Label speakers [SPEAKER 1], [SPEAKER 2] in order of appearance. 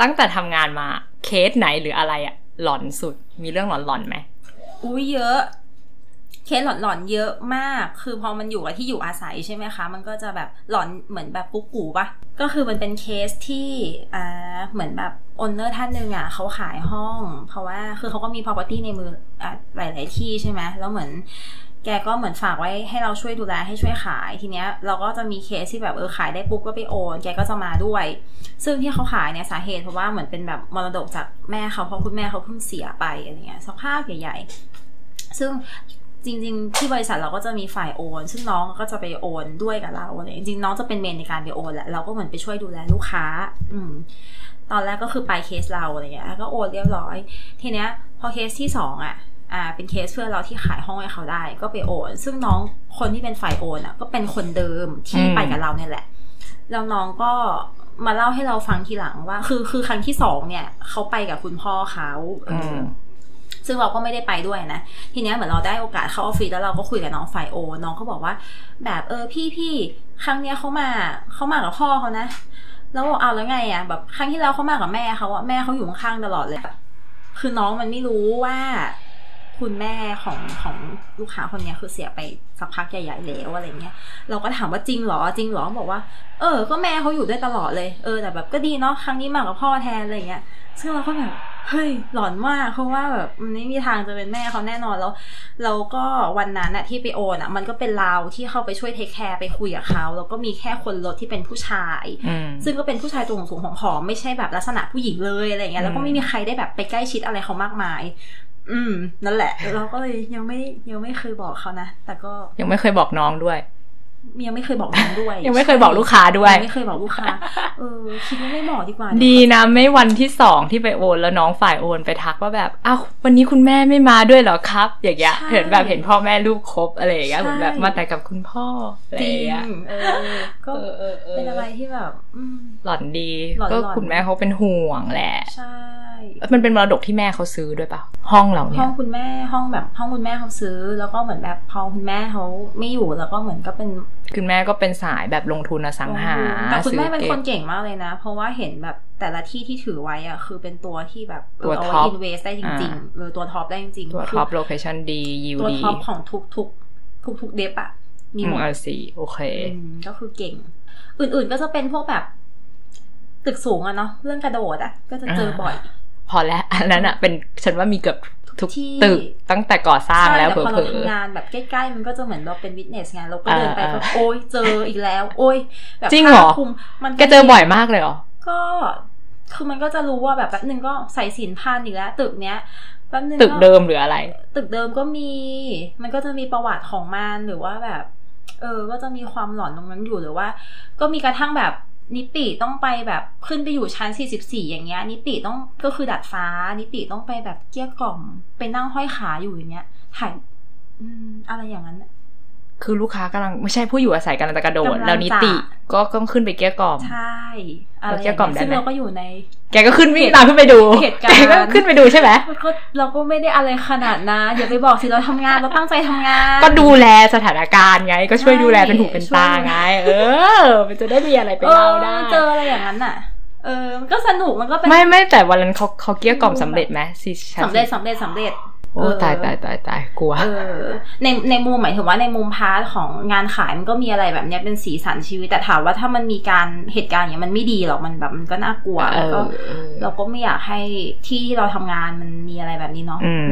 [SPEAKER 1] ตั้งแต่ทำงานมาเคสไหนหรืออะไรอะหลอนสุดมีเรื่องหลอนๆไหม
[SPEAKER 2] อุ้ยเยอะ เคสหลอนๆเยอะมาก คือพอมันอยู่กับที่อยู่อาศัยใช่ไหมคะ มันก็จะแบบหลอนเหมือนแบบกุ๊กกูปะก็คือมันเป็นเคสที่อ่าเหมือนแบบโอนเนอร์ท่านหนึ่งอ่ะเขาขายห้อง เพราะว่าคือเขาก็มี property ในมืออ่ะหลาย ๆ ที่ใช่ไหมแล้วเหมือน แกก็เหมือนฝากไว้ให้เราช่วยดูแลให้ช่วยขายทีเนี้ย เราก็จะมีเคสที่แบบเออขายได้ปุ๊บก็ไปโอน แกก็จะมาด้วย ซึ่งที่เขาขายเนี่ยสาเหตุเพราะว่าเหมือนเป็นแบบมรดกจากแม่เขาเพราะคุณแม่เขาเพิ่งเสียไปอะไรเงี้ยสักภาพใหญ่ ๆ ซึ่งจริง ๆ ที่บริษัทเราก็จะมีฝ่ายโอน ซึ่งน้องก็จะไปโอนด้วยกับเราอะไรจริงๆน้องจะเป็นเมนในการไปโอนแหละเราก็เหมือนไปช่วยดูแลลูกค้า อืม ตอนแรกก็คือไปเคสเราอะไรเงี้ยก็โอนเรียบร้อย ทีเนี้ย พอเคสที่สองอ่ะ อ่า เป็นเคสเพื่อนเราที่ขายห้องให้เขาได้ ก็ไปโอน ซึ่งน้องคนที่เป็นฝ่ายโอนอ่ะ ก็เป็นคนเดิมที่ไปกับเราเนี่ยแหละ แล้วน้องก็มาเล่าให้เราฟังทีหลังว่า คือคือครั้งที่สองเนี่ยเขาไปกับคุณพ่อเขาเอออ ซึ่งเราก็ไม่ได้ไปด้วยนะ ทีเนี้ยเหมือนเราได้โอกาสเข้าออฟฟิศแล้วเราก็คุยกับน้องฝ่ายโอ น้องก็บอกว่า แบบเออพี่พี่ครั้งเนี้ยเขามาเขามากับพ่อเขานะ แล้วบอกเอาแล้วไงอะแบบครั้งที่แล้วเขามากับแม่เขาอะแม่เขาอยู่ข้างๆตลอดเลยแบบคือน้องมันไม่รู้ว่า คุณแม่ของของลูกค้าคนเนี้ยคือเสียไปสักพักใหญ่ๆแล้วอะไรเงี้ย เราก็ถามว่าจริงเหรอจริงเหรอบอกว่า เออ ก็แม่เขาอยู่ด้วยตลอดเลยเออแต่แบบก็ดีเนาะครั้งนี้มากับพ่อแทนอะไรเงี้ย ซึ่งเราก็แบบ เฮ้ยหลอนมากเพราะว่าแบบมันไม่มีทางจะเป็นแม่เขาแน่นอนแล้วเราก็วันนั้นอะที่ไปโอนอะมันก็เป็นเราที่เข้าไปช่วยเทคแคร์ไปคุยกับเขาแล้วก็มีแค่คนรถที่เป็นผู้ชาย
[SPEAKER 1] อืม
[SPEAKER 2] ซึ่งก็เป็นผู้ชายตัวสูงๆผอมๆไม่ใช่แบบลักษณะผู้หญิงเลยอะไรเงี้ยแล้วก็ไม่มีใครได้แบบไปใกล้ชิดอะไรเขามากมาย อืม นั่นแหละ เราก็เลยยังไม่ยังไม่เคยบอกเขานะ แต่ก็
[SPEAKER 1] ยังไม่เคยบอกน้องด้วย
[SPEAKER 2] ยังไม่เคยบอกน้องด้วย
[SPEAKER 1] ยังไม่เคยบอกลูกค้าด้วย
[SPEAKER 2] งไม่เคยบอกลูก ค้าเออคิดว่าไม่บอกดีกว่า
[SPEAKER 1] ดีนะไม่วันที่สองที่ไปโอนแล้วน้องฝ่ายโอนไปทักว่าแบบอ้าววันนี้คุณแม่ไม่มาด้วยเหรอครับ อย่างเงี้ยเห็นแบบเห็นพ่อแม่ลูกครบอะไรอย่างเงี้ยเหมือนแบบมาแต่กับคุณพ่ออะไร
[SPEAKER 2] จ
[SPEAKER 1] อ
[SPEAKER 2] ริ
[SPEAKER 1] ย่างเงี้ย
[SPEAKER 2] งเออก็
[SPEAKER 1] เออเออเออ
[SPEAKER 2] เป็นอะไรที่แบบ อืม
[SPEAKER 1] หลอนดี
[SPEAKER 2] หลอนๆ
[SPEAKER 1] ก็คุณแม่เขาเป็นห่วงแหละ
[SPEAKER 2] ใช่
[SPEAKER 1] มันเป็นมรดกที่แม่เขาซื้อด้วยเปล่าห้องเราเนี่
[SPEAKER 2] ห้อย งคุณแม่ห้องแบบห้องคุณแม่เขาซื้อ แล้วก็เหมือนแบบพอคุณแม่เขาไม่อยู่แล้วก็เหมือนก็เป็น
[SPEAKER 1] คุณแม่ก็เป็นสายแบบลงทุนอสังหา
[SPEAKER 2] แต่คุณแม่
[SPEAKER 1] ซื้อ
[SPEAKER 2] เป็น
[SPEAKER 1] ก็บ
[SPEAKER 2] คนเก่งมากเลยนะ เพราะว่าเห็นแบบแต่ละที่ที่ถือไว้อะคือเป็นตัวที่แบบ
[SPEAKER 1] ตัว
[SPEAKER 2] เอา
[SPEAKER 1] ท็อป
[SPEAKER 2] อินเวสได้จริง
[SPEAKER 1] อ่า
[SPEAKER 2] ๆหรือตัวท็อปได้จริงๆ
[SPEAKER 1] ตัว
[SPEAKER 2] คื
[SPEAKER 1] ท็อปโลเคชันดียิว
[SPEAKER 2] ตัว
[SPEAKER 1] ดี
[SPEAKER 2] ท็อปของทุกทุกทุกทุกๆเดบอะมีหมด
[SPEAKER 1] เออสีโอเค
[SPEAKER 2] อืมก็คือเก่ง อื่นๆก็จะเป็นพวกแบบ ตึกสูงอะเนาะเรื่องกระโดดอะก็จะเจอบ่อย
[SPEAKER 1] พอแล้วอันนั้นอ่ะเป็นฉันว่ามีเกือบทุก
[SPEAKER 2] ที่
[SPEAKER 1] ตึกตั้งแต่ก่อสร้าง
[SPEAKER 2] ใช่
[SPEAKER 1] แล้ว
[SPEAKER 2] ต่
[SPEAKER 1] เผล
[SPEAKER 2] พอเรา
[SPEAKER 1] อ
[SPEAKER 2] ทำงานแบบใกล้ๆ มันก็จะเหมือนเราเป็นวิทเนสไงานเราก็เดินไป
[SPEAKER 1] เออ
[SPEAKER 2] ก็โอ๊ยเจออีกแล้ว โอ๊ยแบบ
[SPEAKER 1] จริงเหรอ
[SPEAKER 2] ผ้าคลุมมัน
[SPEAKER 1] ๆแกเจอบ่อยมากเลยเหรอ
[SPEAKER 2] ก็คือมันก็จะรู้ว่าแบบแป๊บนึงก็ใส่สินพานอีกแล้ว ตึกเนี้ยแป๊บนึง
[SPEAKER 1] ตึกเดิมหรืออะไร
[SPEAKER 2] ตึกเดิมก็มี มันก็จะมีประวัติของมันหรือว่าแบบ เออ ก็จะมีความหลอนตรงนั้นอยู่หรือว่า ก็มีกระทั่งแบบนิปิต้องไปแบบขึ้นไปอยู่ชั้น 44 อย่างเงี้ยนิปิต้องก็คือดัดฟ้า นิปิต้องไปแบบเกลี้ยกล่อมไปนั่งห้อยขาอยู่อย่างเงี้ยถ่ายอืมอะไรอย่างนั้นน่ะ
[SPEAKER 1] คือลูกค้ากำลังไม่ใช่ผู้อยู่อาศัยกำลังจะกระโดด
[SPEAKER 2] กำลังจะ
[SPEAKER 1] แล้วนิติก็ต้องขึ้นไปเกลี้ยกล่อม
[SPEAKER 2] ใช่อะไรอย่าง
[SPEAKER 1] เกลี้ยกล่อม
[SPEAKER 2] เงี้
[SPEAKER 1] ได้
[SPEAKER 2] ยซึ่ง
[SPEAKER 1] ไหม
[SPEAKER 2] เราก็อยู่ใน
[SPEAKER 1] แกก็ขึ้นวิ่งตามขึ้นไปดู
[SPEAKER 2] เหตุการณ์
[SPEAKER 1] แกก็ขึ้นไปดูใช่ไหม
[SPEAKER 2] มันก็เราก็ไม่ได้อะไรขนาดนะอย่าไปบอกสิเราทำงานเราตั้งใจทำงาน
[SPEAKER 1] ก็ดูแลสถานการณ์ไง ก็ช่วยดูแลเป็นหูเป็น
[SPEAKER 2] ช่วย
[SPEAKER 1] ตาไง เออ มันจะได้มีอะไรไป
[SPEAKER 2] เออ
[SPEAKER 1] เล่าได้
[SPEAKER 2] เจออะไรอย่างนั้นน่ะ เออมันก็สนุกมันก็เป็น
[SPEAKER 1] ไม่ไม่แต่วันนั้นเขาเขาเกลี้ยกล่อมสำเร็จไหมสิฉัน
[SPEAKER 2] สำเร็จสำเร็จสำเร็จ
[SPEAKER 1] โอ้ตายตายตายตายกลัว
[SPEAKER 2] เออในในมุมหมายถึงว่าในมุมพาร์ทของงานขายมันก็มีอะไรแบบเนี้ยเป็นสีสันชีวิตแต่ถามว่าถ้ามันมีการเหตุการณ์อย่างเงี้ยมันไม่ดีหรอกมันแบบมันก็น่ากลัวแล้วก็
[SPEAKER 1] เออเออ
[SPEAKER 2] เราก็ไม่อยากให้ที่เราทำงานมันมีอะไรแบบนี้เนาะ
[SPEAKER 1] อืม